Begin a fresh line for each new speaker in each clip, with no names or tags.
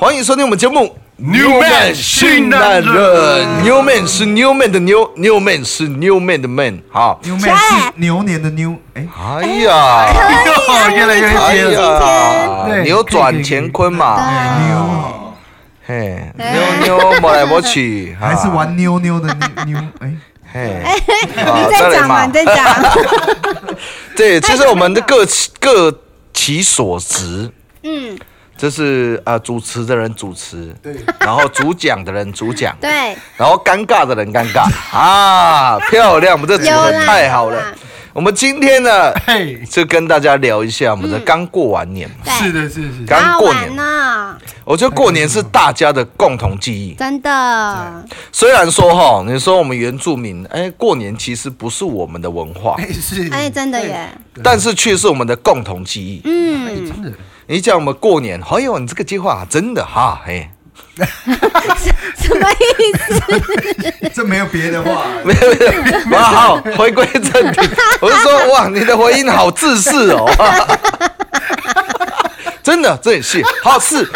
欢迎收听我们节目。
Newman 新男人
，Newman 是 Newman 的 New，Newman 是 Newman 的 Man。好，
牛妹是牛年的牛，哎，
哎呀，
哦越来越
哎
接了。
呀，
对
扭转乾坤嘛，
啊
牛
嘿，妞妞摸来摸去，
哎还是
啊，
玩哎妞妞的妞，哎，
嘿，啊
你
你
在讲嘛？你在讲，
对，这是我们的各各其所职，
嗯，
这是呃主持的人主持，对，然后主讲的人主讲，
对，
然后尴尬的人尴尬啊，漂亮，我们这组合
有啦
太好
有
了
啦。
我们今天呢，
嘿，
就跟大家聊一下我们的刚过完年嘛，
对
是的，是是，
刚
嗯好
过
玩啊
年，
呢，
我觉得过年是大家的共同记忆。
真的，
虽然说哈，你说我们原住民，哎，过年其实不是我们的文化，
哎是，
哎，真的耶，
但是却是我们的共同记忆。
嗯，
真的，
你讲我们过年，哎呦，你这个计划真的哈，哎，
什么意思？
这没有别的话，
没有没有，哇，好，回归正题，我是说，哇，你的回音好自私哦， 真的，这也是好是，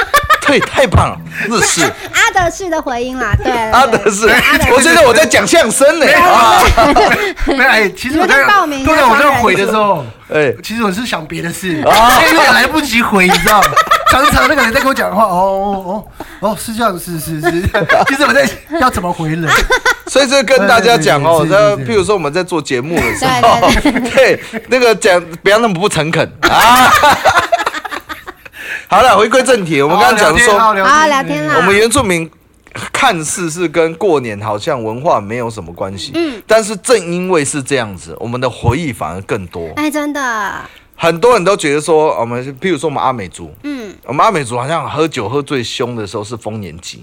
对，太棒了，日式。
阿德式的回音啦，对了，
阿德
对
是，我觉得我在讲相声呢啊！
没有哎，其实我
你们
在
在报名
通
要
常我
当
在
人
回的时候，
哎，
其实我是想别的事，但有点来不及回，你知道吗？常常那个人在跟我讲话，哦哦哦哦，是这样，是是是，其实我在要怎么回人，
所以这跟大家讲哦，
对对
那
对对对
譬如说我们在做节目的时候
对，
对那个讲不要那么不诚恳啊。 好了，回归正题，我
我
们刚刚讲
哦
说，
好好聊天啦
啊
我们原住民看似是跟过年好像文化没有什么关系，
嗯，
但是正因为是这样子，我们的回忆反而更多。
哎，真的，
很多人都觉得说，哦我们譬如说我们阿美族，
嗯，
我们阿美族好像喝酒喝最凶的时候是丰年祭，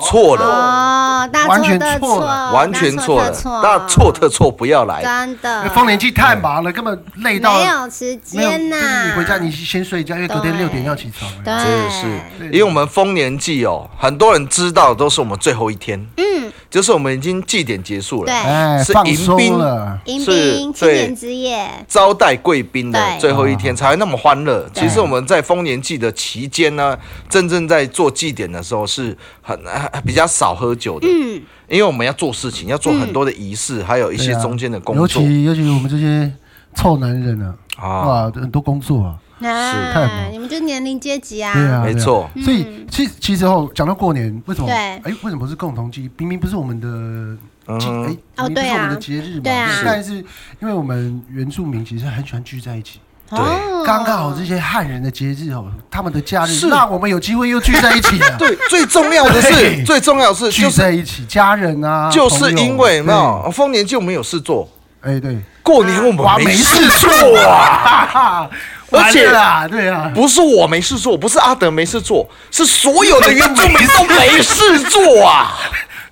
错了，
哦，大
完
错
全错
特错，
了
完全
大
错了
特哦错，，
大错特错，不要来。
真
哎
的，
丰年祭太忙了，根本累到
没有时
没有
间
就是
呐，
你回家你先睡觉，因为隔天
对
六点要起床。
对，
真的是，
对
因为我们丰年祭哦，很多人知道都是我们最后一天，
嗯，
就是我们已经祭典结束了，
对，
哎
是
放
迎宾
松了，啊
迎
是
宾青
对
年之夜，
招待贵宾的
对哦
最后一天才会那么欢乐。
对
其实我们在丰年祭的期间呢，真正在做祭典的时候是很 呃比较少喝酒的，
嗯，
因为我们要做事情，要做很多的仪式，还有一些
对啊
中间的工
尤
作
其尤其我们这些臭男人啊，
啊，
哇，很多工作啊，
那
太忙
你们就年龄阶级啊，
对啊，
没
对啊
错。
所以其实其实哦，讲到过年，为什么？
对
哎，为什么是共同记忆？明明不是我们的节，
嗯
哎，
哦
明明不
对
是
啊
我们的节日嘛。
对啊
是
是
但是因为我们原住民其实很喜欢聚在一起，
对
哦
刚刚好这些汉人的节日哦，他们的假日
是
让我们有机会又聚在一起 啊了。
对，最重要的是，
对
最重要的是
聚
就是
在一起，家人啊，
就是
朋友
因为有没有，丰年就没有事做，
对 哎对，
过年我
哇，
们
没
事
事
做
做
啊。
啊，
而且
完了啦，对啊，
不是我没事做，不是阿德没事做，是所 有的原住民都没事做啊！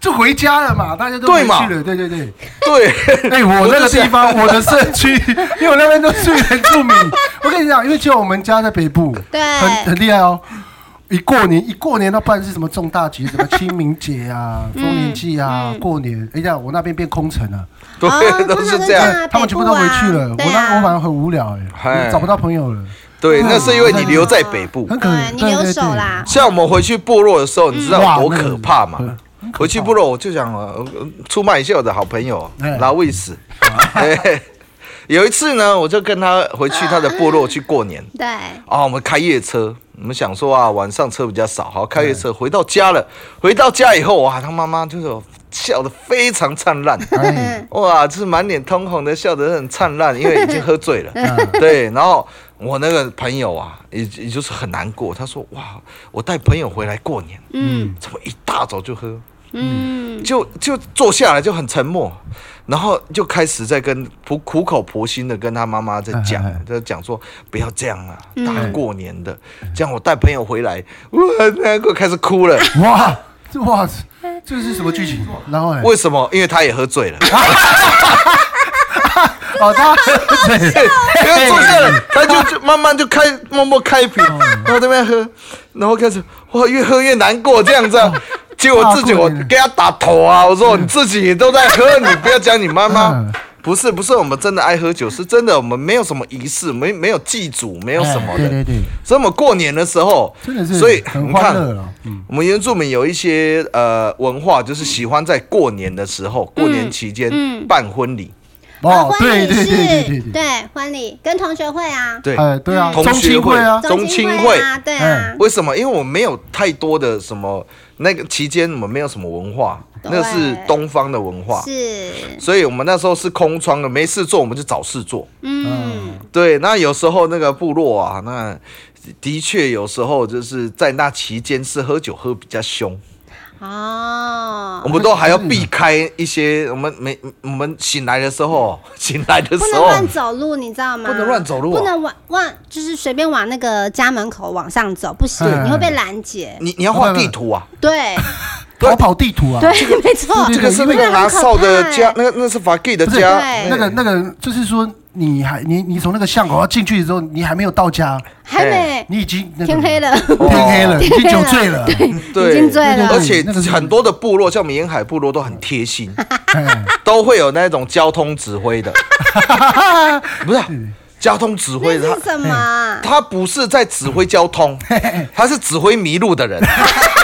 就回家了嘛，大家都
对
回
嘛
去了，对对对。
对，
哎、我那个地方，我的社 区，因为我那边都是原住民。我跟你讲，因为就我们家在北部，
对
很很厉害哦。一过年，一过年，那不然是什么重大节，什么清明节啊、
嗯
丰年祭啊、过年。哎呀，我那边变空城了，
对，
哦
都是这样。
啊
他们全部都回去了。
北
我
部啊
那我反而很无聊哎、
嗨
找不到朋友了，嗯
对，那是因为你留在北部。
很可怜。
对呃你
对
留
对
守啦，
像我们回去部落的时候，你知道
哇
有多
那个
可怕吗
很？
回去部落我就想呃呃出卖一下我的好朋友
哎
拉卫斯。 嘿有一次呢，我就跟他回去他的部落去过年。
对，
啊，我们开夜车，我们想说啊，晚上车比较少，好开夜车回到家了。回到家以后，哇，他妈妈就是笑得非常灿烂，
对。 哎，
哇，就是满脸通红的，笑得很灿烂，因为已经喝醉了。
嗯
对，然后我那个朋友啊，也也就是很难过，他说哇，我带朋友回来过年，
嗯
怎么一大早就喝，
嗯，
就就坐下来就很沉默，然后就开始在跟苦苦口婆心的跟他妈妈在讲
哎哎，
在讲说不要这样啊，
嗯
大过年的，这样我带朋友回来，我很难过，开始哭了。
哇，这哇，这 是什么剧情？然后哎，
为什么？因为他也喝醉了，
哦， 他对
因为坐下来，
哎
他就就慢慢就开默默开瓶，
哦
然后在那边喝，然后开始哇，越喝越难过这样子、
哦
啊。结果自己我
大过年
给他打头啊！我说你自己都在喝，你不要讲你妈妈
嗯。
不是不是我们真的爱喝酒，是真的我们没有什么仪式，没没有祭祖，没有什么的。
哎对对对
所以我们过年的时候，
真的是
所以
很
你
欢
看
乐了，嗯
我们原住民有一些呃文化，就是喜欢在过年的时候，过年期间办婚礼。
啊
哦，
婚
对
礼
对
是
对对对对，
对婚礼跟同学会啊，
对，
哎对啊，
同
中
学
青
会
会啊，
中
青
青
会啊，对啊
哎，
为什么？因为我没有太多的什么那个期间，我们没有什么文化，
对
那是东方的文化，
是，
所以我们那时候是空窗的，没事做我们就找事做。
嗯，
对，那有时候那个部落啊，那的确有时候就是在那期间是喝酒喝比较凶，
哦啊
我，们都还要避开一些，我们没我们醒来的时候， 醒来的
不
时
能
候
乱走路，你知道吗？
不能乱走路啊
不能往往就是随便往那个家门口往上走，不行，
哎
你会被拦截。
你你要画地图啊，
对
逃跑地图啊，
对，没错，
对
这个是那个拿扫的
欸
家，那个那是法 gay 的
不是
家，
对
那个那个就是说你还你你从那个巷口要进去的时候，你还没有到家，
哎
还没
你已经那个
天黑了，
嗯天黑了，已
天黑
经
了
酒醉了，
已
对
经醉了
而且
那个是
很多的部落，像我们沿海部落都很贴心，
哎
都会有那种交通指挥的， 不是啊交通指
那
挥的，
是
他
什么啊？
他不是在指挥交 通，他是指挥迷路的人，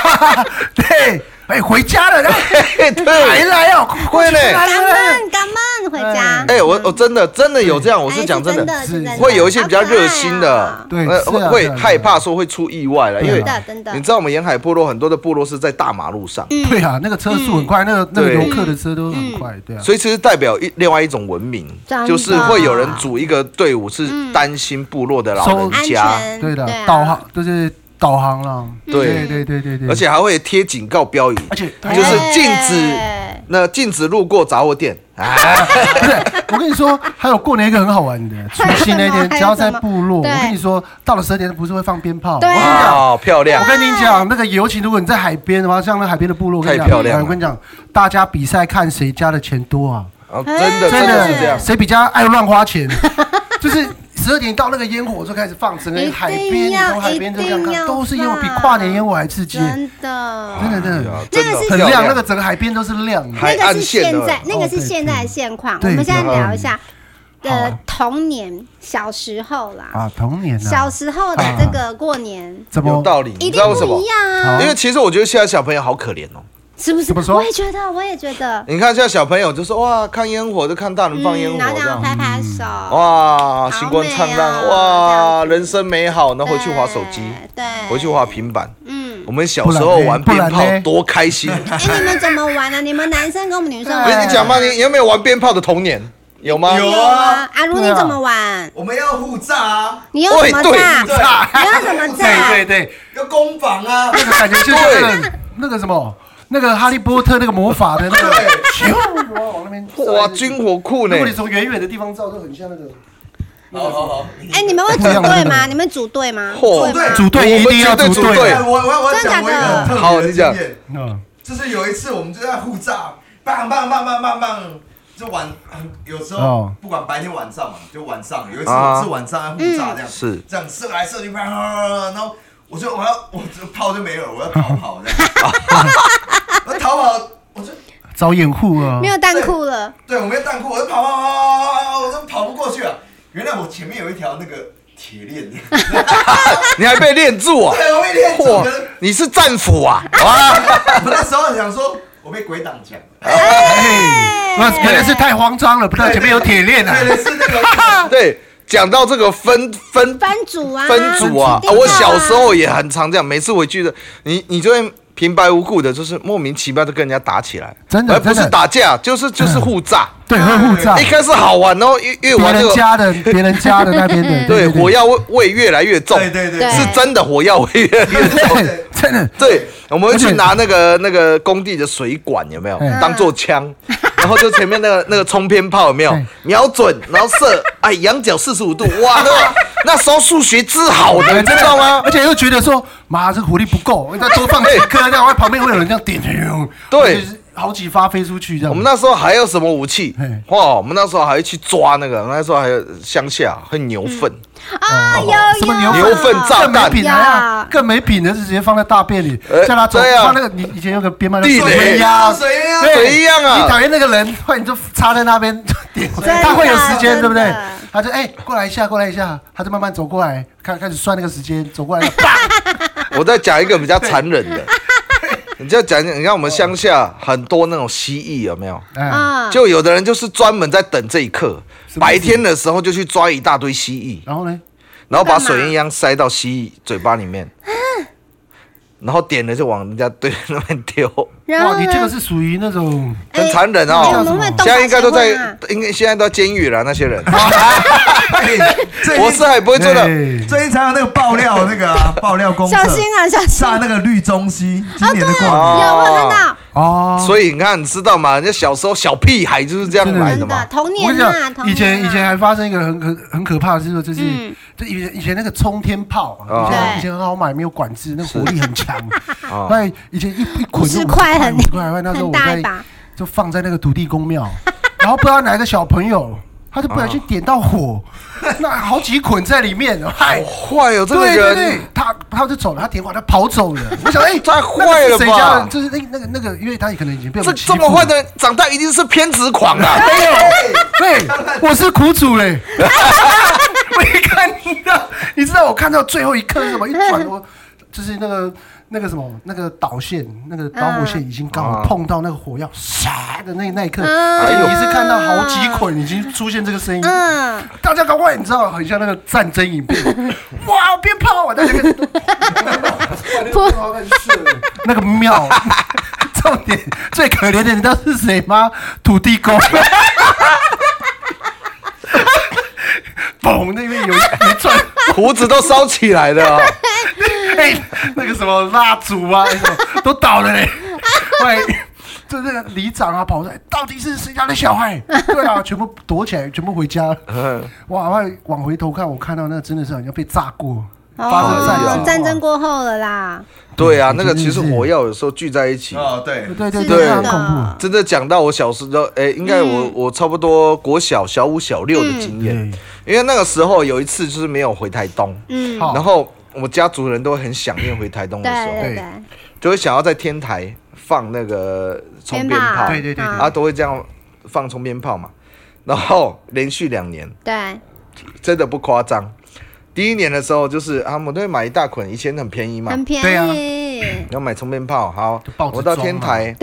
对，哎，回家了，
嘿
来
对，
来哦，
会嘞。
来
赶
来来，
慢，赶慢回家。
哎、我我真的真的有这样，我
哎
哦是讲真
真
的，
是真的
是
会有一些比较热心
好
的，
可爱啊
呃
对是啊
会
是啊
害怕说会出意外了，因为
真的真的嗯
你知道我们沿海部落很多的部落是在大马路上，
对啊，那个车速很快，
嗯
那个那个
对
游客的车都很快，对啊，
所以其实代表一另外一种文明
真，的嗯
就是会有人组一个队伍是担心部落的老人
安
家，
全，
对的
啊，
导航就是导航了，
对
对对对对，
而且还会贴警告标语，
嗯而且
就
就是
是禁止
哎
那禁止路过杂货店啊，
我跟你说，还有过年一个很好玩 的，除夕那
还有什么
天只要在部落，
还有什么
我跟你说，到了十二点不是会放鞭炮，
对啊
哇，漂亮
我，跟你讲，那个尤其如果你在海边的话，像那海边的部落，我跟你讲哎
太漂亮了
我跟你讲，大家比赛看谁家的钱多啊，
啊真的真
哎
真
的是这样
的，。谁比较爱乱花 钱，就是。十二点到那个烟火就开始放，整个海边，
一定
你
要
从海边就这样
一定
看，
要
都是烟火，
放
比跨年烟火还刺激，真
真的。
的
哎呀真
真的
那个
的
是
漂
很亮，
亮
那个整个海边都是亮的。
还
那个
哎暗
是
线
现
的
在，那个
哦
是
对
现在的现况。我
对
们现在聊一下，
嗯
好
呃
啊，
童年小时候啦，
啊，童年
小
啊，
时候的这个过年
怎
有
么
道理，
一
你知
定
道为什
不
么
一？样啊，
好
因为其实我觉得现在小朋友好可怜哦。
是不是？
怎么说
我也觉得，我也觉得，
你看现在小朋友就说哇，看烟火就看大人嗯放烟火
然后
这
这
样，
样嗯拍拍
嗯哦
手，
哇，星光灿
好
烂，
美啊
哇，人生美好。那回去划手机，
对，对
回去划平板。
嗯，
我们小时候玩鞭
不然
炮
呢
多开 心！
哎，你们怎么玩呢？你们男生跟我们女生
我跟
玩啊
你讲嘛，你有没有玩鞭炮的童年？有吗？
有
有啊？阿如
对
你
啊
怎么玩？
我们要互炸啊，
你用什么炸？
对对炸
你用什么炸？
啊 对对对，
要攻防啊，
那个感觉就像那个那个什么，那个哈利波特那个魔法的那个，咻往那边射
哇，军火库呢
如果？你从远远的地方照，就很像那个。
好好好，
哎，你们会组队吗？你们组队吗？
嚯
吗
组队一定要
我们
组
绝
队
对
哎我我我要
真的假
讲我一个
的
很特别的
好你讲
经验
嗯，
就是有一次我们就在互炸，棒棒棒棒棒棒，就晚很有时候
哦
不管白天晚上嘛，就晚上有一次
啊
我是晚上在互炸这样，
是
这样射来射去，啪啪啪啪，然后我就我要我就炮就没了，我要逃跑这样，我逃跑我就
找掩护啊
没。有弹库了，
对我没有弹库，我就跑跑跑跑跑跑，我都跑不过去啊，原来我前面有一条那个铁链，
哎你还被链住啊！
对，我被链住，
嚯
可是，
你是战斧 啊！哇，
我那时候想说我被鬼挡墙，
哎那可能是太慌张了，不知道前面有铁链啊。
对的是那个。
对，讲到这个分分
分组啊，
分组啊！
定
我
到
小时候也很常这样，每次回去的，你你就会平白无故的，就是莫名其妙的跟人家打起来，哎
真的
而不
真
是
的
打架，就是就是互炸。
对，会护照
哎一。开始好玩哦，越越
别
玩这
人
个，
家的，别人家的那边的，
对火药
药，
味味越来越重，
对对对，
对
是真的火药味 越来越重。
对
哎
真的，
对，我们会
而
去
且
拿那个那个工地的水管，有没有
嗯
当做 枪？然后就前面那个那个冲天炮有没有
嗯
瞄准，然后射，哎，仰角四十五度，哇，那 那时候数学之好的，
哎
你知道吗？
而且 又觉得说，妈，这个火力不够，再多放几颗，这样旁边会有人这样点。
对
就是好几发飞出去这样。
我们那时候还有什么武器
嘿？
哇，我们那时候还会去抓那个，那时候还有呃乡下会牛粪，
啊，有有
哦什么牛
牛粪炸弹
更没品的呀
呀，
更没品的是直接放在大便里
呃，
叫他走。
对啊
放那个你以前有个编码叫
地雷
水呀，
水呀
对
水一样啊
你讨厌那个人，后来你就插在那边点，
的
他会有时间，
真的
对不对？他就哎过来一下，过来一下，他就慢慢走过来，开开始算那个时间，走 过来，啪嗯
我再讲一个 比较残忍的，你就讲，你看我们乡下很多那种蜥蜴，有没有？
哎，
啊，
就有的人就是专门在等这一刻，白天的时候就去抓一大堆蜥蜴，
然后呢？
然后把水烟枪塞到蜥蜴嘴巴里面，然后点了就往人家对面那边丢，
然后
哇，
呢
你这个是属于那种
很残忍
哎我
哦
们会。动
现在应该都在
法协，
应该现在都在监狱了那些 人。
啊
哎最近
我是还不会做的，
哎
最近才有那个爆料那个啊爆料公社
小心啊，小心！
炸那个绿中西，今年的过
啊
哎
年
对
有我有看到，
哦。
所以你看，你知道吗？人家小时候小屁孩就是这样来的
真的
嘛。
童
我跟
年
你
啊，
讲，
童年啊
以前以前还发生一个很可很可怕的事，就是
嗯
就以前以前那个冲天炮
啊
啊，以前
对
以前很好买，没有管制，那个火力很 强。
啊
那以前一一捆就
50块很
五十块，那时候
很
我
大
在
一把，
就放在那个土地公庙， 然后不知道哪个小朋友，他就不小心点到 火，那好几捆在里面，嗨。
坏哦，这个
对对对
人，
他他就走了，他点火，他跑走了。我想，哎，
太坏了吧
那个是谁家的就是那哎个那个那个，因为他可能已经被我
这
们
这么坏的人，长大一定是偏执狂啊！
没有， 对，我是苦主嘞。 我一看到，你知道我看到最后一刻是什么？一转 头就是那个那个什么那个导线，那个导火线已经刚
嗯
好碰到那个火药唰的那那一刻，
嗯
而且你是看到好几捆已经出现这个声音。
嗯，
大家搞快，你知道，很像那个战争影 片，哇，鞭炮啊，大家跟
不
那个庙，重点最可怜的，你知道是谁吗？土地公。 嘣，那边有一串，
胡子都烧起来了哦、
哎、那个什么蜡烛啊，什么都倒了嘞。 喂，就那个里长啊，跑出来，到底是谁家的小孩？ 对啊，全部躲起来，全部回家。
嗯
哇，后来往回头看，我看到那个真的是好像被炸过，发生战
哦
争，，
战争过后了啦，
对啊，那个
真
其
的
实
是
火药有时候聚在一起，
哦，对
对，对对
是
对，
的
很恐怖。
真的讲到我小时候，哎、应该我、我差不多国小小五小六的经验，
嗯
因为那个时候有一次就是没有回台东，
嗯，
好
然后我家族人都会很想念回台东的
对
时候，
对对
对，
就会想要在天台放那个冲鞭炮，
对对对
啊都会这样放冲鞭炮嘛，然后连续两年，
对，
真的不夸张。第一年的时候，就是啊，我们都会买一大捆，以前很便宜嘛，
很便
对啊
宜，
要买充电炮，好
就报，纸
我到
装
天
嘛
台，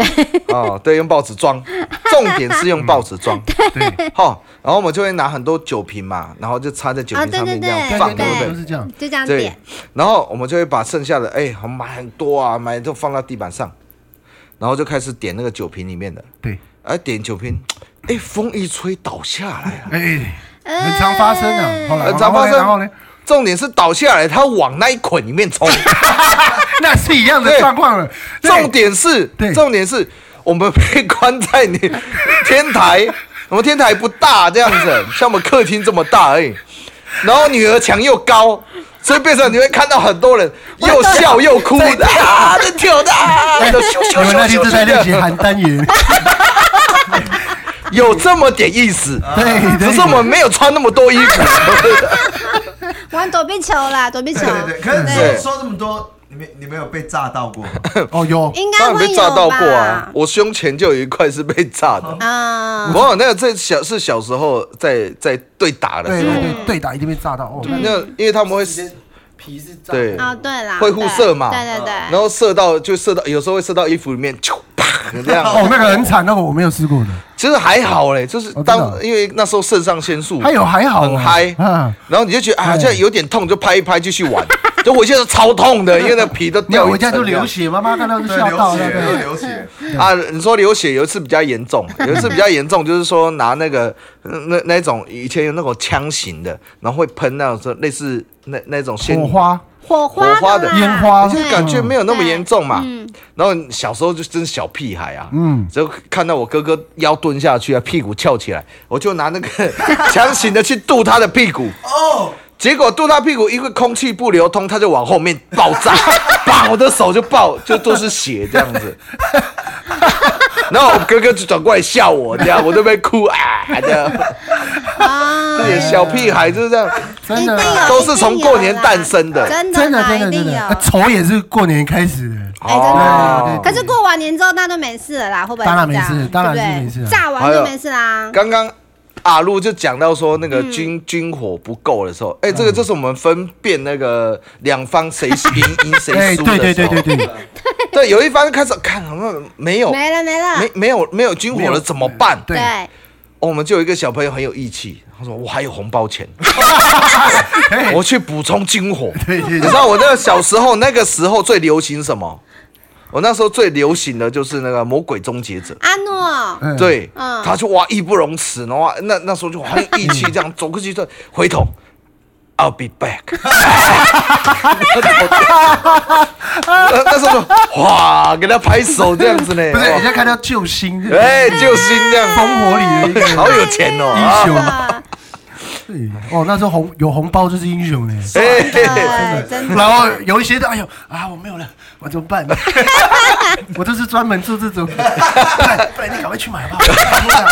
哦，对，用报纸装，重点是用报纸 装，
嗯对
好，然后我们就会拿很多酒瓶嘛，然后就插在酒
啊
瓶上
对
面这
对
样
对
放，
对
对
对，
不
都
对？
是这样。
就这样
对
点，，
然后我们就会把剩下的，哎，我买很多啊，买就放到地板上，然后就开始点那个酒瓶里面的，
对，
哎，点酒瓶，哎，风一吹倒下来啊了。
哎，
呃
很常发生
哎
啊。后来，
很常发生
然后呢？
重点是倒下来，它往那一捆里面冲。
那是一样的
对
状况了。对
重点是
对，
重点是我们被 关在 你天台，我们天台不大这样子，像我们客厅这么大而已。然后女儿墙又高，所以变成你会看到很多人又笑又哭的啊，在跳的啊，在咻咻
你们那
咻
天
咻
正在练
咻
习
的，
邯郸 语，
有这么点意思。
对，
只
对
啊是我们没有穿那么多衣服，
玩躲避球啦，躲避球，
对对对，可是你
对
说说这么多，你们你们有被炸到过吗？
哦有
应
当
该
然
会
被
有
炸到
吧
过啊！嗯我胸前就有一块是被炸的。
啊，
我那个这小是小时候在在对打的
对
时候
对，
嗯
对对打一定被炸到哦。
那个因为他们会
皮是炸
对
啊，对啦，
会互射嘛嗯
对对对
然后射到就射到，有时候会射到衣服里面，啾啪这样。
哦，那个很惨，那个我没有试过的。
其实还好嘞，就是
哦真的
当、
哦
因为那时候肾上腺素
还有还好啊，
嗯很嗨，
嗯，
然后你就觉得啊，现在有点痛，就拍一拍继续 玩。就我现在超痛的，因为那皮都
没
掉
有，
一层这样。
哦我家就流血，妈妈看到就
对，
吓到
流
了。
血，
对
又流血，
啊！你说流血有一次比较严 重，有一次比较严重，就是说拿那个那那那种以前有那种枪型的，然后会喷那种类似那那种仙
火
女
花、
火
火花的
啦
烟花
我就感觉没有那么
对
严重嘛。
嗯
然后小时候就真是小屁孩啊，
嗯
只要看到我哥哥腰蹲下去啊，屁股翘起来，我就拿那个 强行的去渡他的屁股，
哦，
结果渡他屁股，因为空气不流通，他就往后面爆炸，把我的手就爆，就都是血这样子。然后我哥哥就转过来笑我，这样我都被哭啊，这样
啊，
这些小屁孩就是这样，
真
一
的
定
啦
有
都是从过年诞生的
真的
真的
啦
真的真
一定
的，
有。
啊仇也是过年开始的。
哎，真
哦
的。可是过完年之后，那就没事了啦，会不会是这
当然
样？
没事当然是没事
对
啊
不对炸完就没事啦。
刚刚阿路就讲到说那个
嗯
军、军火不够的时
嗯
候，哎、这个就是我们分辨那个两方谁 赢赢谁
哎，
输的时候，
对对对对对，
对有一方开始看好像没有
没了没了。
没没有没有军火了怎么办？
对
对，
哦我们就有一个小朋友很有义气，他说我还有红包钱，
哎
我去补充军火。
对对
你
对
知道我那个小时候那个时候最流行什么？我那时候最流行的就是那个《魔鬼终结者》。
阿诺，
嗯
对，
嗯
他就哇义不容辞，然后哇那那时候就很有义气，这样走过去就回头，I'll be back 那。那时候就哇，给他拍手这样子呢，
不是，人
哇
家看到救星，
哦哎，救星这样，
烽火里的一个
好有钱哦
英
啊！
雄。
啊
对哦，那时候红有红包就是英 雄嘞。
哎，
对，真的。
然后有一些的，哎呦啊，我没有了，我怎么办？ 我就是专门做这种， 不然不然你赶快去买吧，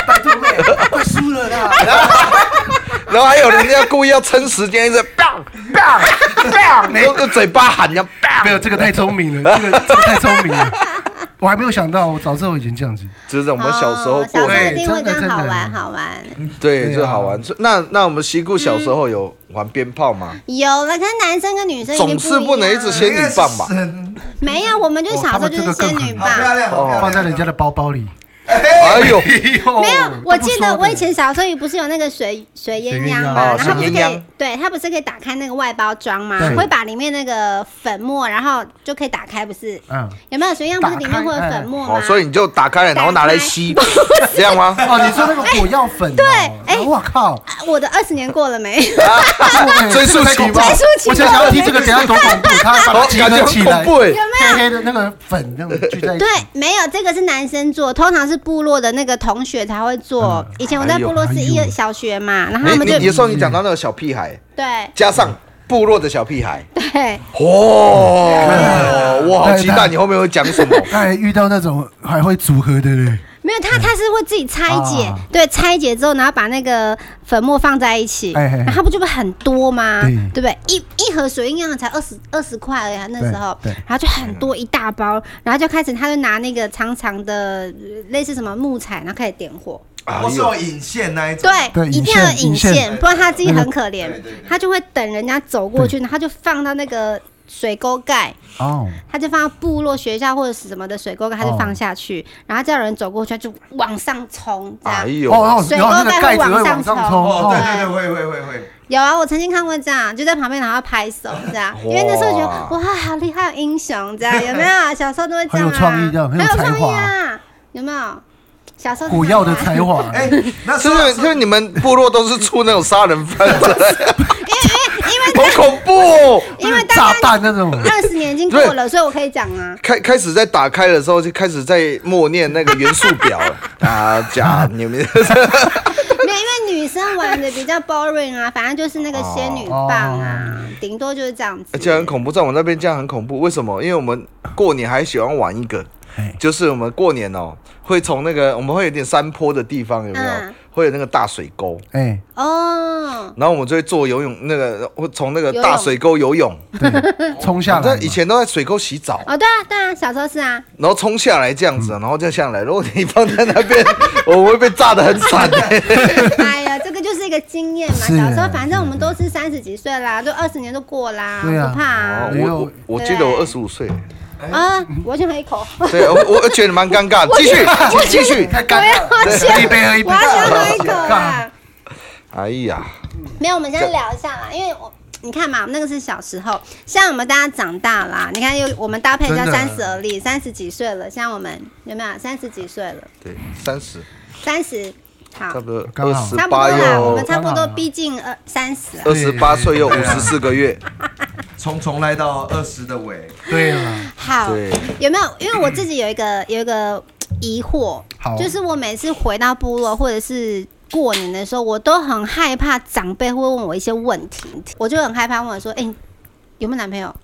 拜托妹，快输了啦！
然后还有人家故意要撑时间，一 直 bang bang bang，用用嘴巴喊要 bang，
没有这个太聪明了，这个这个太聪明 了，我还没有想到，我早知道我已经这样子。
就是我们小时候
哦小
过
时候
年，嗯
一定会这样好玩
对真的真的
好玩。
对，就
对啊
好玩。所以那那我们西固小时候有玩鞭炮吗？
有了，可是男生跟女生一定
总是
不
不
一
能一
样啊
直仙女棒吧？
神
没有，我们就小时候就是仙女
好
棒。
漂亮，
哦
好漂亮，
放在人家的包包里。
哎呦，
没
没
哦
有，我记得我以前小时候也不是有那个水水鸳鸯
鸯
嘛，
哦
然后它不是可
水鸳鸯
以，对，它不是可以打开那个外包装嘛
对，
会把里面那个粉末，然后就可以打开，不是？
嗯，
有没有水鸳鸯不是里面会有
打开
粉末
哦
吗？，
所以你就打开了，然后拿来吸，这样吗？
哦，你说那个火药粉哦？
对哎
我靠！
啊我的二十年过了没？
追溯期吗
追溯期
我想想要听 这个等一下多恐怖，它把
哦
它，集
感觉很
合起
恐
来，
怖哎。
黑黑的那个粉那种聚在一起
对。，没有，这个是男生做，通常是部落的那个同学才会做。以前我在部落是一
哎呦
小学嘛，然后他
你
们就
哎你你说你讲到那个小屁孩，
对
加上部落的小屁孩，
对，
哦，我好期待
对
你后面会讲什么。
哎，遇到那种还会组合的嘞，
没有他他是会自己拆解，
嗯啊
对，拆解之后，然后把那个粉末放在一起，
哎哎哎
那它不就会很多吗？
对
对不对？一一盒水印样才二十二十块而已啊，那时候
对对，
然后就很多一大包，然后就开始他就拿那个长长的呃类似什么木材，然后开始点火，
哎
我是
呦，
有引线那一种，
对，
对
一定要有
引
引
线
线，不然他自己很可
对
怜
对对对，
他就会等人家走过去，然后他就放到那个水沟盖，
哦，
他就放到部落学校或者是什么的水沟盖，他就
哦
放下去，然后叫人走过去，他就往上冲，这
哎
样。
呦，
哦哦，
水
然
沟
后那个盖
盖会
子会
往
往
上
上
冲
冲，哦
哦，对对对，会会会会，
有啊，我曾经看过这样，就在旁边然后拍手这样，因为那时候觉得哇，好厉害，有英雄这样，有 没有？小时候都会这样、
很有
啊，
创意这样很有
很有
才
创
华
意啊，有没有？小时候
火药的
啊
才华，
哎，那
是不
啊
是是不是你们部落都是出那种杀人 犯的？好恐怖哦！
因为大
炸
家
弹那种，
二十年已经过了，所以我可以讲啊。
开开始在打开的时候就开始在默念那个元素表 了啊，假你们
没有，因为女生玩的比较 boring 啊，反正就是那个仙女棒
哦
啊，顶多就是啊这样子
而。且很恐怖，在我们那边这样很恐怖。为什么？因为我们过年还喜欢玩一个
嘿，
就是我们过年哦，会从那个我们会有点山坡的地方，有没有？
嗯
会有那个大水沟，
哎，
哦，
然后我们就会做游泳，那个会从那个
游泳
大水沟游泳。
嗯
对，冲下
反
来
正
嘛，
以前都在水沟洗澡，
哦，对啊，对啊，小时候 是啊，
然后冲下来这样子，然后再下来。如果你放在那边， 我会被炸得很惨的。
哎呀，这个就是一个经验嘛。
是
小时候反正我们都是三十几岁啦，就二十年都过啦，
对啊
不怕啊
哦。
哎
我
呦
我我记得我二十五岁，
哎
啊，我先喝 一口，
对我我觉得蛮尴尬的。继续，请继续。
太哎干了，
我要
喝一
啊先，
杯喝一杯，
我要先喝一口啊。
哎呀，
没有，我们先聊一下啦，因为我。你看嘛，那个是小时候，现在我们大家长大啦。你看，又我们搭配一下
真的
三十而立，三十几岁了。现在我们有没有三十几岁了？
对，三十，
三十，好
差，不多
刚
二
好
十
差不多
八
啦，
哦
我
又
们差不
刚
多
好啦
逼近二三十了。
二十八岁又五十四个月，
从从来到二十的尾，
对啊了，
好，
对
有没有？因为 我自己有一个有一个疑惑
好，
就是我每次回到部落或者是。过年的时候，我都很害怕长辈会问我一些问题，我就很害怕问我说：“哎、有没有男朋友？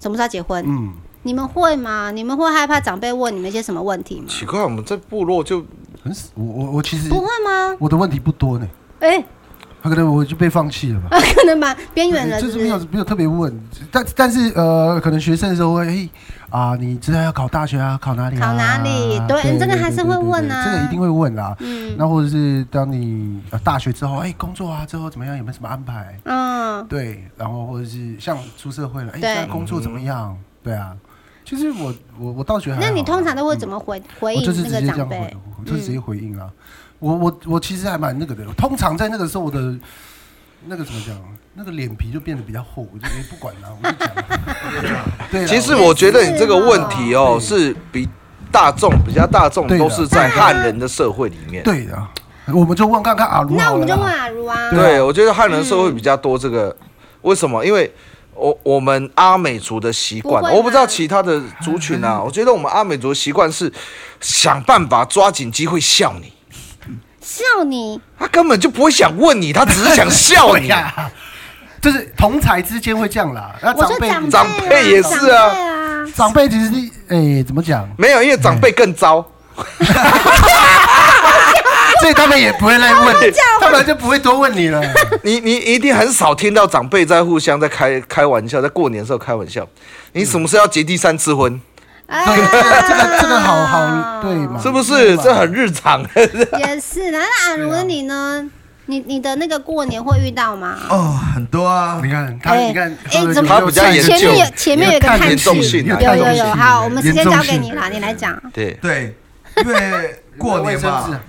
什么时候要结婚？
嗯，
你们会吗？你们会害怕长辈问你们一些什么问题吗？
奇怪，我们在部落就
很死，我我我其实
不会吗？
我的问题不多呢，
哎、
可能我就被放弃了吧。
啊，可能吧，边缘人
就是
不
没有没有特别问，但但是呃，可能学生的时候会哎啊、你知道要考大学啊，考哪里、啊？
考哪里对
对，
这个还是会问啊
对对对对这个一定会问啦。
嗯
那或者是当你、呃、大学之后，哎，工作啊之后怎么样？有没有什么安排？
嗯，
对，然后或者是像出社会了，哎，
对
现在工作怎么样？对啊，其实我我我倒觉得还好啊
那你通常都会怎么回、
我
回应啊
就是直
那
接这
个长
样
辈
回，？我就是直接回应啊。我我我其实还蛮那个的，通常在那个时候我的那个怎么讲，那个脸皮就变得比较厚，我就也不管了、我就讲了。 对啦，
其实
我
我觉得你这个问题哦，是比大众比较大众
对的
都是在汉人的社会里面。
对的，我们就问看看啊，如
那
好
我
了
们就问
啦，
阿如啊，
对，嗯我觉得汉人社会比较多这个，为什么？因为我我们阿美族的习惯啊
不，会吗
我不知道其他的族群 啊，我觉得我们阿美族的习惯是想办法抓紧机会笑你，
笑你，
他根本就不会想问你，他只是想笑
对
你。 啊
呀，就是同才之间会这样啦。那
我说
长辈
长
长辈
辈
也
啊
是啊
长辈啊，
长辈其实是哎怎么讲，
没有，因为长辈更糟。
所以他们也不会来问，他们就不会多问你了。
啊
你你一定很少听到长辈在互相在开开玩笑，在过年的时候开玩笑。你什么时候要结第三次婚？
对，
哎
这个这个这个好好对嘛？
是不是？这很日常。
也是。那那阿如你呢？你你的那个过年会遇到吗？
哦，很多啊
你，看他，
哎
你看，
哎，怎么
他比较严严
前面有
重
前面有一个
看
看
严重性
戏
啊
有
看
有
严
有，好，我们时间交给你啦，你来讲。
对，
对， 因为过
有没有卫生
年嘛
纸啊，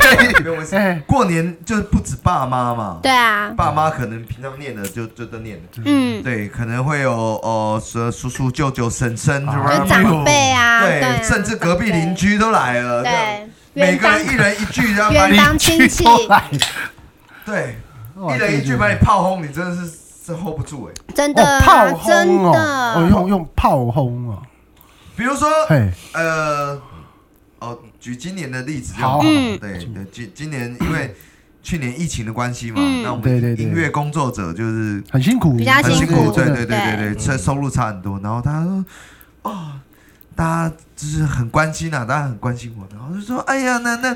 对没有卫生
哎
过年就是不止爸妈嘛，
对啊，
爸妈可能平常念的就就都念的，
嗯，
对，可能会有呃叔叔叔舅舅婶婶是
啊
就
吧？
长辈啊，对啊
对，，甚至隔壁邻居都来了，这样
对，
每
远
个
方
人一人一句，然后把
远
你
房亲戚，
对，
哇
一人一句把你炮轰，你真的是是 hold 不住哎。
真的
哦，炮
啊，真
轰哦，哦，
的，
用用炮轰哦，
比如说，
嘿，
呃，哦，举今年的例子就
好好
嗯
对对，今今年因为去年疫情的关系嘛，
嗯
那我
对对
们
对
音乐工作者就是
很辛苦，
比较
很
辛
辛苦，
苦
对
真的
对对对对，收收入差很多。然后他说，哦，大家就是很关心啊，大家很关心我。然后就说，哎呀，那那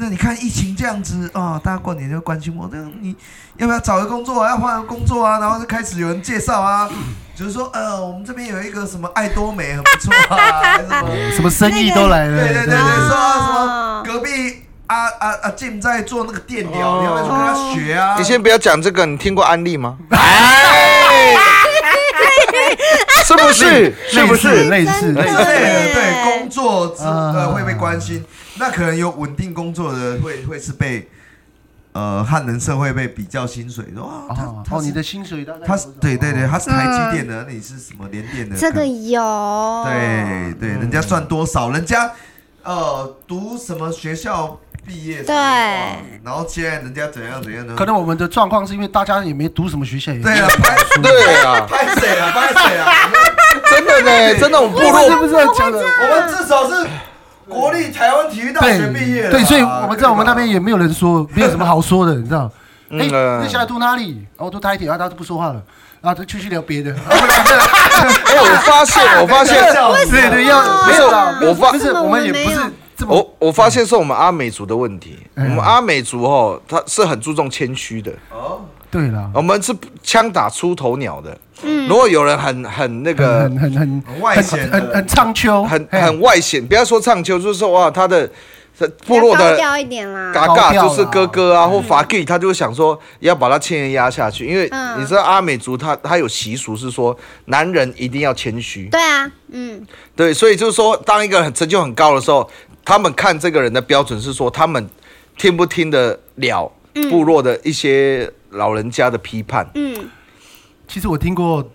那你看疫情这样子啊、哦，大家过年就关心我，那你要不要找个工作啊？要换个工作啊？然后就开始有人介绍啊，就是说，呃，我们这边有一个什么爱多美很不错啊，什么。
哦什么生意都来了，
对对对对，
哦
说啊什么隔壁啊啊啊静在做那个电
哦
疗，你要不要去跟他学啊？
你先不要讲这个，你听过安利吗？哎， 是不 是？是不是？
类似
真的
类似？
之类的，对
对
工作之呃
啊
会被关心，那可能有稳定工作的会会是被呃汉人社会被比较薪水，说啊
哦
他
哦，
他
你
是
的薪水大概
他是对对对，他是台积
嗯
电的，那你是什么联电的？
这
可
个
能
有，
对对，
嗯
人家赚多少，人家呃读什么学校毕业什么
对
哇然后现在人家怎样怎样的，
可能我们的状况是因为大家也没读什么学校，也
嗯对啊，拍
对啊，
拍谁啊？拍谁啊？
真的 呢，真的，我们部
不是
落
不是讲的，
我们至少是国立台湾体育大学毕业的啊，
对，所以我们在我们那边也没有人说，没有什么好说的，你知道？哎，
嗯呃
那小孩读哪里？然后读台铁，然后他就不说话了，然后就继续聊 别的。
哎，我发 现，我发现，
对对，要
没有
啦
我发
不是
为什么
我们也
我们
不是
没有
这
哦
么
我我发现是我们阿美族的问题。我
嗯
们阿美族哦，他是很注重谦虚的，
哦，
对啦，
我们是枪打出头鸟的。
嗯
如果有人很很那个
很很很
很外显的
很很唱秋，
很
嗯哎
很外显，不要说唱秋，就是说哇，他的部落
要
的
高调一嗯点啦，
嘎嘎就是哥哥啊，或法 G，他就会想说要把他千人压下去，因为
嗯
你知道阿美族他他有习俗是说男人一定要谦虚，
对啊，嗯，
对，所以就是说当一个人成就很高的时候，他们看这个人的标准是说他们听不听得了部落的一些老人家的批判，
嗯，
其实我听过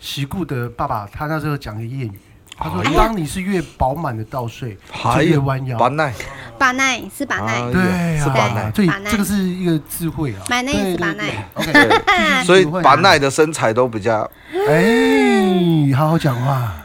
习固的爸爸，他那时候讲个谚语，他说
哎：“呀
当你是越饱满的稻穗，就越弯
哎
腰。
哎把 奈，
把奈是把
哎
奈
呀，
对啊，
是把奈
所以
把奈
这个是一个智慧啊。
把奈
对
是把。
对
奈，
对
对
所以
智慧啊
把奈的身材都比较，
哦
哎，好好讲话。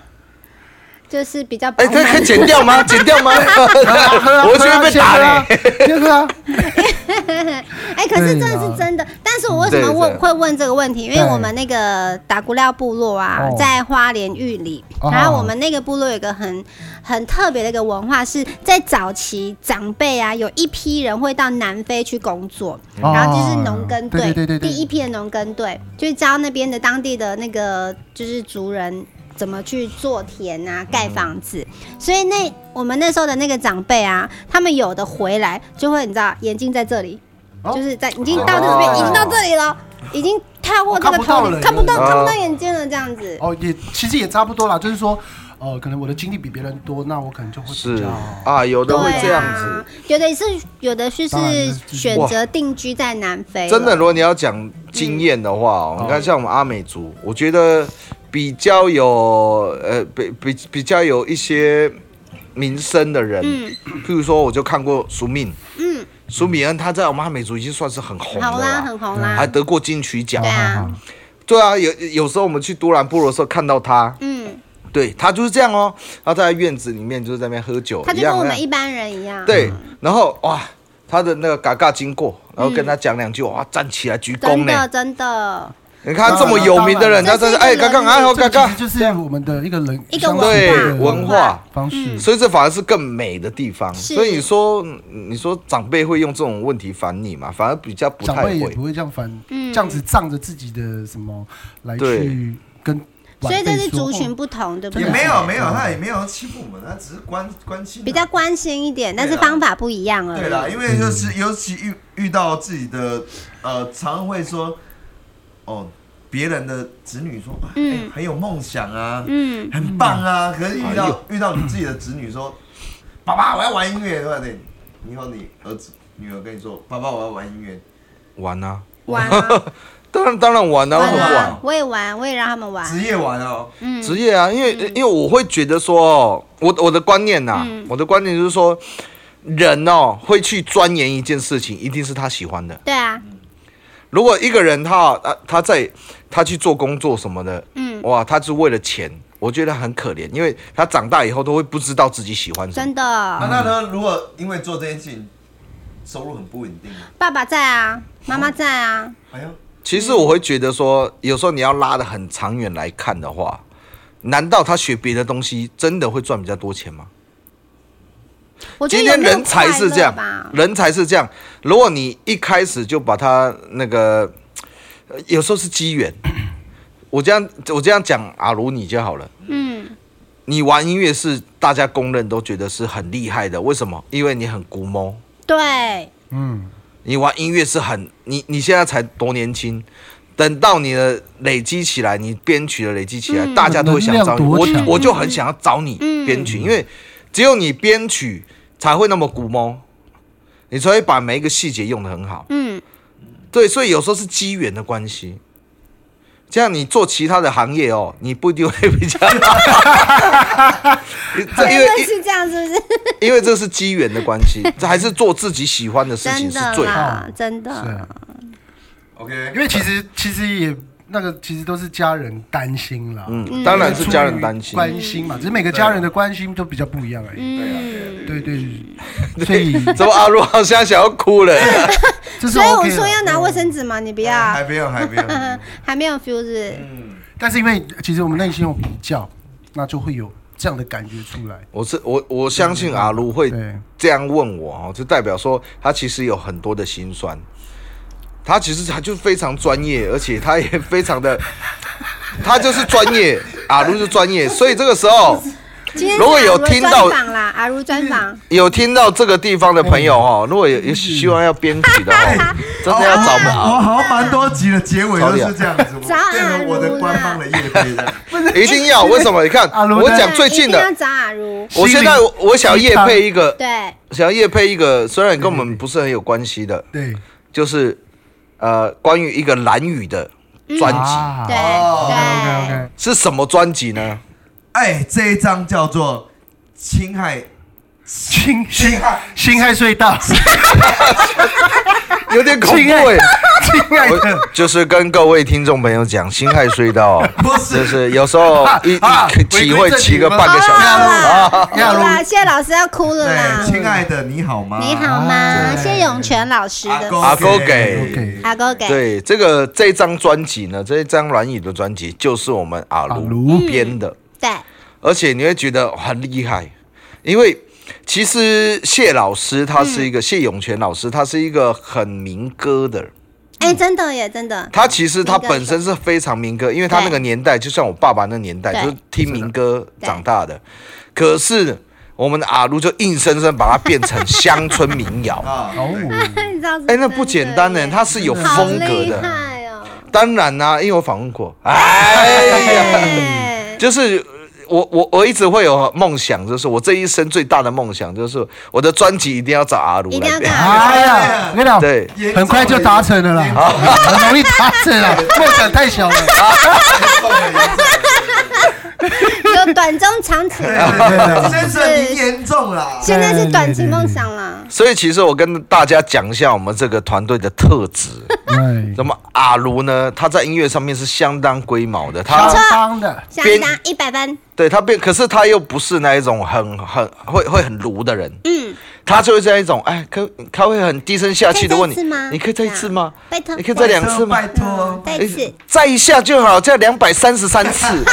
就是比较饱
哎，可以可以
满。
剪掉吗？剪掉吗？
喝啊
我会觉得被打嘞。
先喝啊，先喝啊，
哎、可是这
啊
对
是
啦
真的。但是我为什么
对
问
对
会问这个问题？因为
对
我们那个打古料部落啊
哦，
在花莲玉里，
哦
然后我们那个部落有一个很很特别的一个文化，是在早期长辈啊，有一批人会到南非去工作，
哦
然后就是农耕队，
对对对对对
第一批的农耕队就是教那边的当地的那个就是族人怎么去做田啊、盖房子。所以那我们那时候的那个长辈啊，他们有的回来就会你知道眼睛在这里，
哦
就是在已经到这边，
哦
已经到这里了，已经跳过这个
哦看不到
头
了
顶，看不到
有点
看不到眼睛了这样子。
哦，也其实也差不多啦，就是说，呃，可能我的经历比别人多，那我可能就会比
是
哦
较。
啊，有
对
的会这样
啊
子。，
有的是有的是
当然
是
就是
选择定居在南非，
真的，如果你要讲经验的话哦，
嗯
你看像我们阿美族，我觉得比较有呃，比比比较有一些民生的人，
嗯
譬如说，我就看过苏敏，
嗯，
苏米恩他在我们阿美族已经算是很红
好
了
啦，
啦，
很红
还
啦，
得过金曲奖
对。啊，
对啊，有有时候我们去都兰部落的时候看到他，
嗯，
对他就是这样哦，然后他在院子里面就是在那边喝酒，
他就
一
跟
样
我
那
们
样
一嗯般人一样，
对，然后哇，他的那个嘎嘎经过，然后跟他讲两句，哇，站起来鞠躬
真的
呢。
真的
你看这么有名的人，
当
他真
然当然
是哎，
这
嘎
是一个
嘎，哎，好
这
嘎
个其
嘎
实，就是我们的一个人
一个文化
对
文
文
化
化。
方
嗯
式。
所以这反而是更美的地方。
是
所以你说，你说长辈会用这种问题烦你嘛？反而比较不
长
太
辈也
会。
不会这样反，
嗯
这样子仗着自己的什么来
对
去跟晚
所以这
辈
是
说哦
族群不同，对不
也
对？
没有没有，他也没有欺负我们，他只是关关心啊。
比较关嗯心一点，但是
对啦
方法不一样而
对啦，
已。
因为就是尤其遇遇到自己的呃，常会说哦，别人的子女说，哎、
嗯
很有梦想啊，
嗯，
很棒啊，可是遇
哎
到
呦
遇到你自己的子女说，爸爸我要玩音乐，对不对？以后你儿子女儿跟你说，爸爸我要玩音乐，
玩啊，
玩啊
当然当然玩啊，
玩
为什么不
啊
玩？，
我也玩，我也让他们玩。
职业玩哦，
嗯，
职业啊，因为、因为我会觉得说哦，我我的观念呐、
嗯
我的观念就是说，人哦会去钻研一件事情，一定是他喜欢的。
对啊，
如果一个人他他他在他去做工作什么的，
嗯，
哇，他是为了钱，我觉得很可怜，因为他长大以后都会不知道自己喜欢什么。
真嗯的，
啊，那呢，如果因为做这件事情，收入很不稳定，
爸爸在啊，妈妈在啊，
哎呦，
其实我会觉得说，有时候你要拉得很长远来看的话，难道他学别的东西真的会赚比较多钱吗？
我觉得
今
有
天
没有
人才是这样
快乐吧，
人才是这样。如果你一开始就把他那个，呃有时候是机缘。我这样我这样讲阿鲁你就好了。
嗯，
你玩音乐是大家公认都觉得是很厉害的，为什么？因为你很古摸，
对，
嗯，
你玩音乐是很你你现在才多年轻，等到你的累积起来，你编曲的累积起来，
嗯
大家都会想找你。
能量多
我
强
我就很想要找你
嗯
编曲，因为只有你编曲才会那么古猫，你才会把每一个细节用得很好。
嗯，
对，所以有时候是机缘的关系。这样你做其他的行业哦，你不一定会比较好。这因
结
为
论是这样，是不是？
因为这是机缘的关系，这还是做自己喜欢的事情
真
是
的
最好。哦
啦，真
是啊
的，。
OK，
因为其实其实也那个其实都是家人担心啦，
嗯，当然是家人担心。
关心嘛，只是每个家人的关心都比较不一样而已。
对啊对啊对
对
啊
对，所以
怎么阿如好像想要哭 了？
这是啊
所以我
OK 嗯的
说要拿卫生纸嘛，你不
哎
嗯
还
要，
没有还没有，
还没有 feel 是
嗯，
但是因为其实我们内心有比较，那就会有这样的感觉出来。
我是我我相信阿如会
对，
这样问我哦，就代表说他其实有很多的心酸。他其实他就非常专业，而且他也非常的， 他就是专业，阿如是专业，所以这个时 候
今天是
如果有
阿如
听
专
到
访啦，阿如专访，
有听到这个地方的朋友
哎
哦，如果有有希望要编曲的哦，真的要找我们
哦
我
阿
好像蛮多集的结尾都是这样子，我
找阿
变成我的
如
官
啦
方的业配这样。
如，一定要为什么？你看
阿如
我
在
讲最近
一定要
的，
找阿如，
我现在我我想要夜配一个，
对，
想要夜配一个，虽然跟我们不是很有关系的，
对，
就是呃，关于一个蓝语的专辑、
啊
对，
哦
对。
OK，OK，
是什么专辑呢？
哎，这一张叫做《侵害
侵侵侵害隧道，
有点恐怖
亲爱
哎、
侵害
我
的
就是跟各位听众朋友讲， 辛亥隧道、》，
不
就是是有时候一
啊
一骑
回归
会
正题
骑个
吗
半个小时
啊好啦，谢谢老师要哭了啦
对，。亲爱的，你好吗？
你好吗？
啊
谢永泉老师
阿
的
勾。
阿勾给
OK
嗯阿勾给，
对，这个这张专辑呢，这一张软语的专辑就是我们阿
阿
卢
卢
编的，
对，
而且你会觉得很厉害，因为其实谢老师他是一个、谢永泉老师，他是一个很民歌的人，
哎，真的耶，真的，
他其实他
民歌手
本身是非常民歌，因为他那个年代就像我爸爸那年代，
对
就是听民歌
对
长大的，可是我们的阿卢就硬生生把它变成乡村民谣
啊，对
哦，
你知道是
哎，
真的耶？
那不简单呢，他是有
好
风格
厉
的。
害哦！
当然啦、因为我访问 过。哎呀，
对
就是我我我一直会有梦想，就是我这一生最大的梦想就是我的专辑一定要找阿卢
一定
来
要啊
编
找。
哎呀，我跟你讲，
对
严重
很快就达成了啦，很容易达成啦，梦想太小了。
哎
有短中长 期，
啊
先生，您严重啊了。
现在是短期梦想啦。
所以其实我跟大家讲一下我们这个团队的特质。
对，
那么阿卢呢，他在音乐上面是相当龟毛的，
相
他
当的，
想
边
当一百分，
对他变，可是他又不是那一种很很会会很卢的人，
嗯，
他就是那一种哎，可他会很低声下气的问你
可以再一次吗，
你可以再一次吗？你可
拜托，
以再两次吗哎
拜？托，
再一次，
再一下就好，再两百三十三次，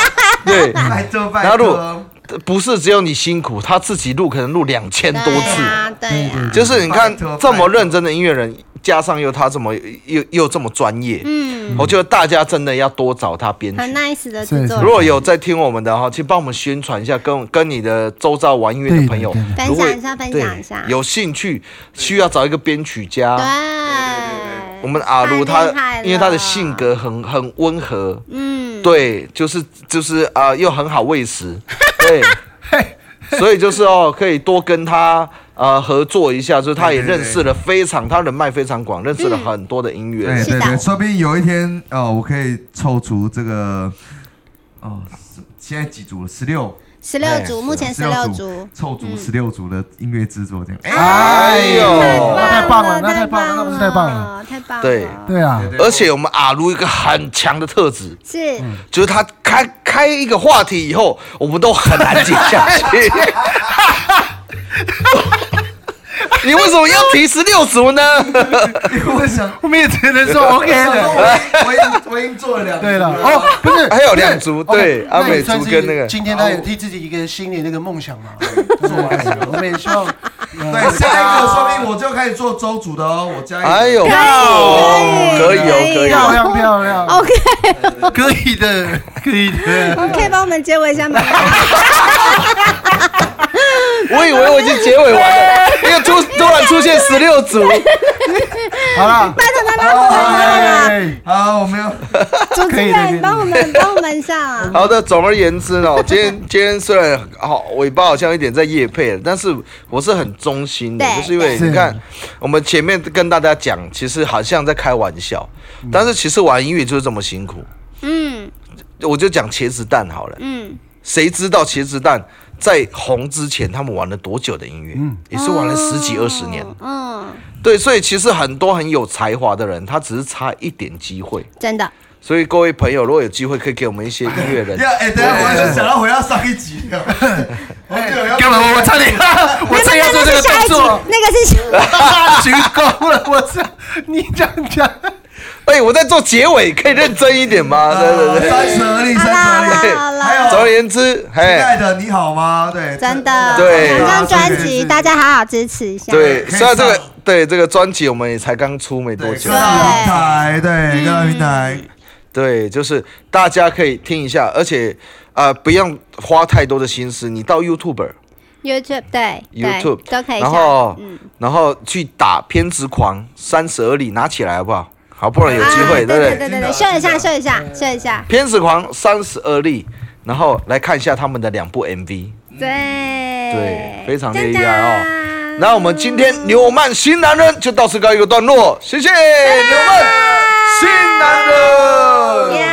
对。
拜托，
然
拜
后录
托。
不是只有你辛苦，他自己录可能录两千哎多次，
对啊，对啊，
就是你看
拜托
这么认真的音乐人，加上又他这么又又这么专业，
嗯，
我觉得大家真的要多找他编
很
曲。
nice 的制作
是
如
人，
果有在听我们的哈，去帮我们宣传一下，跟跟你的周遭玩音乐的朋友
对的
分
如果
享一下，分享一下
对，有兴趣需要找一个编曲家。
对，
我们阿卢
太
他
厉害，了
因为他的性格很很温和，
嗯，
对，就是就是啊、呃又很好喂 食，对。
嘿，
所以就是哦，可以多跟他呃合作一下，就是他也
对对
认识了非常，他人脉非常广，认识了很多的音乐
哎对
人。
嗯
对对，说不定有一天哦，我可以凑足这个哦，十现在几组了？十六，
十六
哎
组，目前十六
16
组，嗯
凑足十六组的音乐制作这样。哎，
啊
哎呦，
那太棒了那
太
太棒了那不是太棒了，
太棒了，
对
对啊，
哎对对对
而且我们阿卢一个很强的特质，
是
就是他开开一个话题以后，我们都很难接下 去。你为什么要提十六组呢？
因为我想，
我们也只能 说 OK
我想说
了。
我已我已经我已经做了两组
啊对了，哦，不是，
还有两组
不 是
对
OK，
阿美
那也算
族
是
跟
一个
那个
今天他也替自己一个新年那个梦想嘛， 就是我们我们也希望，
对，下一个说明我就开始做周组的哦，我加一个。
哎呦，可
可
以
以
哦，可
可
以
以
漂
哦。
亮漂亮，
，OK，
可以的，可以的。
可以帮我们结尾 一下吗？
我以为我已经结尾完了，因为突突然出现十六组，
好了，哎
好，我没有。
主持
可以的可以
人
的
帮我们帮我们一 下啊，
好的，总而言之呢，我今天今天虽然好尾巴好像有点在夜配了，但是我是很忠心的，
对
就是因为
对
你看我们前面跟大家讲，其实好像在开玩笑，但是其实玩音乐就是这么辛苦。
嗯
我就讲茄子蛋好了，
嗯，
谁知道茄子蛋在红之前他们玩了多久的音乐？也是玩了十几二十年。
嗯，
对，所以其实很多很有才华的人，他只是差一点机会。
真的，
所以各位朋友，如果有机会，可以给我们一些音乐 人。
要哎，等一下我就想到回到上一集了。我就有要
干嘛？我我差点，
啊
我差点要做这个动作，
那个是 下一集
鞠躬了。我操，你这样讲，
哎、我在做结尾，可以认真一点
啊
吗？啊对对对。
三十而立，
好
三
啦
十而
好
立。
啦好啦
还。有
总而言之，
亲爱
嘿，
的，你好吗？对，
真的，
对
两张专
是是
辑，
是
大家好好支持一下。
对，
可以
虽然这个
上
对这个专辑我们也才刚出没多
对，
久
各，大平台，对，各大平台，
对，就是大家可以听一下，而且啊、呃不用花太多的心思，你到 YouTube，
YouTube 对
YouTube，
对都可以下。
然后
嗯，
然后去打偏执狂三十而立，拿起来好不好？好，不然有机会，对
啊对
不
对
对？
对对对，秀一下秀一下秀一下，
偏执狂三十而立，然后来看一下他们的两部 MV。
对
对非常
赞
厉害哦
赞
那我们今天纽曼新男人就到此告一个段落，谢谢纽曼新男人。
耶